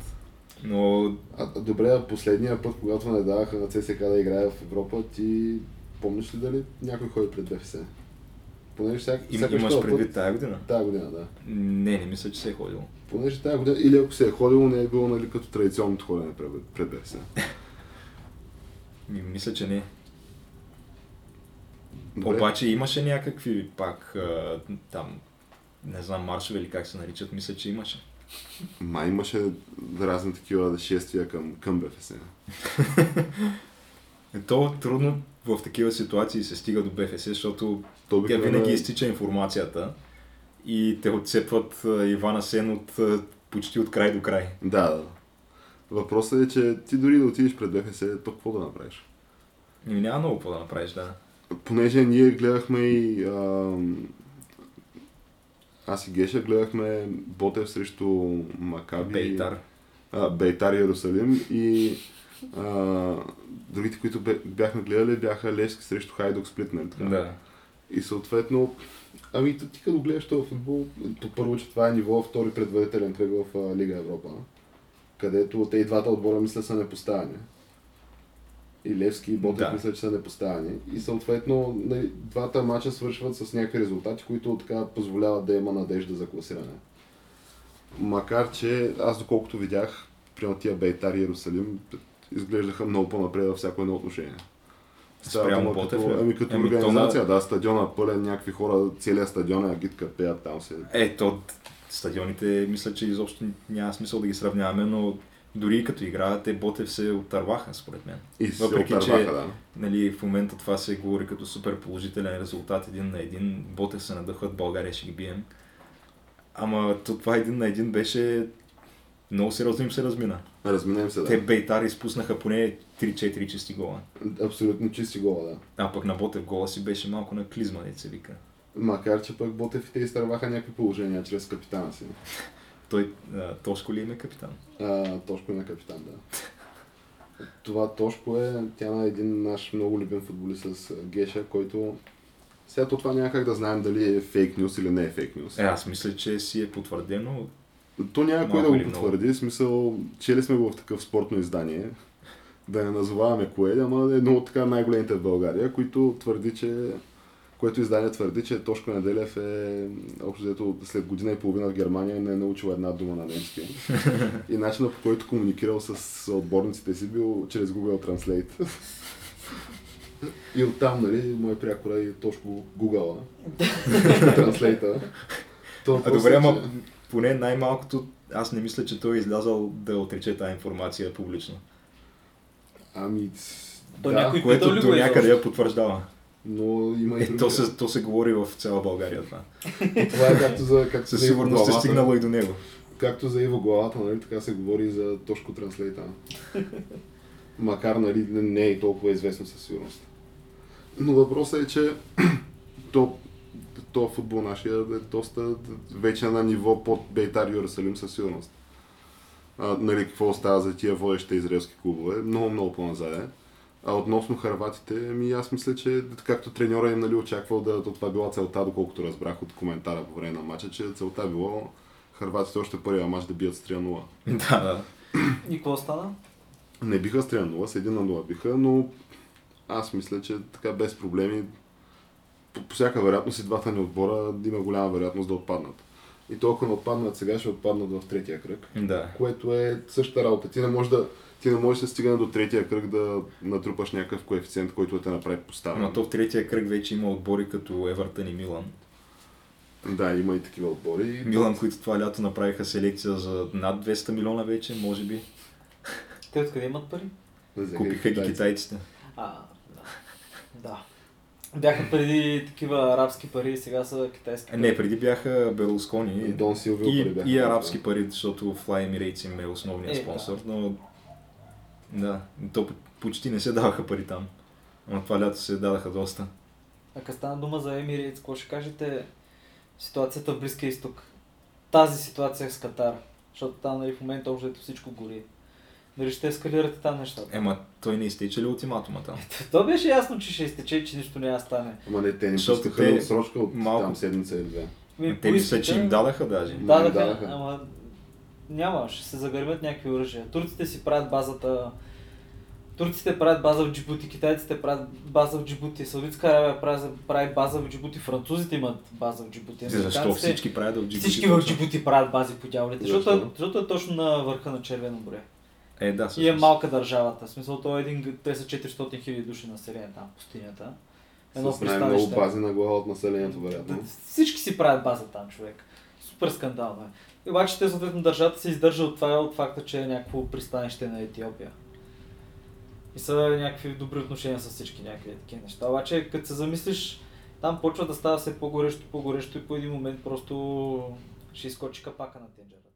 Но А, а добре, а последния път, когато не даваха на ЦСКА да играе в Европа, ти помниш ли дали някой ходи пред БФС? Понеже всяка, Им, всяка имаш школа предвид път- тази година? Тази година, да. Не, не мисля, че се е ходило. Понеже тази година, или ако се е ходило, не е било нали, като традиционното ходене пред, пред Берсен. Ми, мисля, че не. Добре. Обаче имаше някакви пак а, там, не знам, маршове или как се наричат, мисля, че имаше. Май имаше разни такива шествия към, към БФС. Е, То трудно в такива ситуации се стига до БФС, защото тя То обикновено винаги е- изтича информацията и те отцепват а, Ивана Сен от, а, почти от край до край. Да, да. Въпросът е, че ти дори да отидеш пред БФС, то какво да направиш? И Ами няма много какво да направиш, да. Понеже ние гледахме и... ам, Аз и Геша гледахме Ботев срещу Макаби. Бейтар. а, Бейтар Иерусалим и а, другите, които бе- бяхме гледали, бяха Левски срещу Хайдок Сплит, нали така? Да. И съответно, ами ти като гледаш този футбол, то първо, че това е ниво втори предварителен кръг в а, Лига Европа, където те и двата отбора мисля са непоставени. И Левски и Ботев Да. мисля, че са непоставени. И съответно нали, двата мача свършват с някакви резултати, които така позволяват да има надежда за класиране. Макар, че аз доколкото видях, примерно тия Бейтар и Иерусалим изглеждаха много по-напред във всяко едно отношение. Става Спрямо дума Ботев, като, ли? ами като Ами, то организация, да, стадиона е пълен, някакви хора, целият стадион е агитка, пеят там се. Е, то стадионите, мисля, че изобщо няма смисъл да ги сравняваме, но дори и като игра, те Ботев се отърваха, според мен. И се Въпреки, че- отърваха, да. Нали, в момента това се говори като супер положителен резултат, един на един, Ботев се надъхват, България ще ги бием. Ама то това един на един беше много сериозно им се размина. Разминаем се, Да. Те да. Бейтар изпуснаха поне 3-4 чисти гола. Абсолютно чисти гола, да. А пък на Ботев гола си беше малко на клизма, не се вика. Макар, че пък Ботев и те изтърваха някакви положения чрез капитана си. Той, а, Тошко ли им е капитан? А, Тошко е на капитан, да. Това Тошко е, тя на един наш много любим футболист с а, Геша, който... Сега то това няма как да знаем дали е фейк нюс или не е фейк нюс. Е, аз мисля, че си е потвърдено. То няма кой Малко да го или много. потвърди, в смисъл, чели сме го в такъв спортно издание, да не назоваваме кое, ама е едно от така най-големите в България, които твърди, че което издание твърди, че Тошко Неделев е общо взето след година и половина в Германия не е научил една дума на немски. (laughs) И начинът по който комуникирал с отборниците си бил чрез Google Translate. И оттам, нали, му е пряко ради Тошко Google, Translate. А е, е, добре, ама поне най-малкото аз не мисля, че той е излязал да отрече тази информация публично. Ами, ц- То да, някой- И Което питал ли до го е някъде изобщо? я потвърждава. но има и Е, то, се, то се говори в цяла България това. Това е както за, както Със Ами, за Иво сигурност е главата, стигнало и до него. Както за Иво главата, нали, така се говори и за Тошко Транслейта. Макар нали, не- не е и толкова известно със сигурност. Но въпросът е, че (clears throat) то, то футбол нашия е доста вече на ниво под Бейтар Иерусалим със сигурност. А, нали, какво остава за тия водещи израелски клубове? Много, много по-назад е. А относно харватите, ми аз мисля, че както треньора им нали, очаквал да то това била целта, доколкото разбрах от коментара по време на матча, че целта било харватите още първия матч да бият с 3-0. Да, да. И какво стана? Не биха с 3-0, с 1-0 биха, но аз мисля, че така без проблеми, по, по всяка вероятност и двата ни отбора има голяма вероятност да отпаднат. И толкова не отпаднат сега, ще отпаднат в третия кръг Да. което е същата работа. Ти не можеш да ти не можеш да стигне до третия кръг да натрупаш някакъв коефициент, който да те направи Ама поставен. то в третия кръг вече има отбори като Евертън и Милан. Да, има и такива отбори. Милан, които това лято направиха селекция за над 200 милиона вече, може би. Е, Те откъде имат пари? Взеха и Купиха ги китайци. китайците. А, да. да. Бяха преди такива арабски пари, сега са китайски А, пари. Е, Не, преди бяха Берлускони Е, И Дон Силвио и, пари бяха. и арабски пари, защото Fly Emirates им е основният Е, да. спонсор, но да, то почти не се даваха пари там. Но това лято се дадаха доста. Ако стана дума за Емирейтс, какво ще кажете ситуацията в Близкия изток? Тази ситуация с Катар, защото там нали, в момента общо взето всичко гори. Дали ще ескалирате там нещата? (laughs) Ема той не изтича ли ултиматума там? То беше ясно, че ще изтече, че нищо няма да стане. Ама не, те ни Защото пускаха те те... срочка от малко- там седмица или две. Ми, Те мисля, че им дадаха даже. М. Дадаха, Дадаха. ама няма, ще се загърмят някакви оръжия. Турците си правят базата Турците правят база в Джибути, китайците правят база в Джибути, Саудитска Арабия прави- прави база в Джибути, французите имат база в Джибути. Защо американците- всички правят в Джибути? Всички в Джибути правят бази по дяволите, защото, Защо? е- защото е точно на върха на Червено море. Е, да, И е всъщност. малка държавата. В смисъл, то е един, те са 400 хиляди души население там, в пустинята. Едно С най-много пристанище. бази на глава от населението, вероятно. Всички си правят база там, човек. Супер скандално е. И обаче те съответно държавата се издържа от това, от факта, че е някакво пристанище на Етиопия. И са някакви добри отношения с всички някакви такива неща. Обаче, като се замислиш, там почва да става все по-горещо, по-горещо и по един момент просто ще изкочи капака на тенджерата.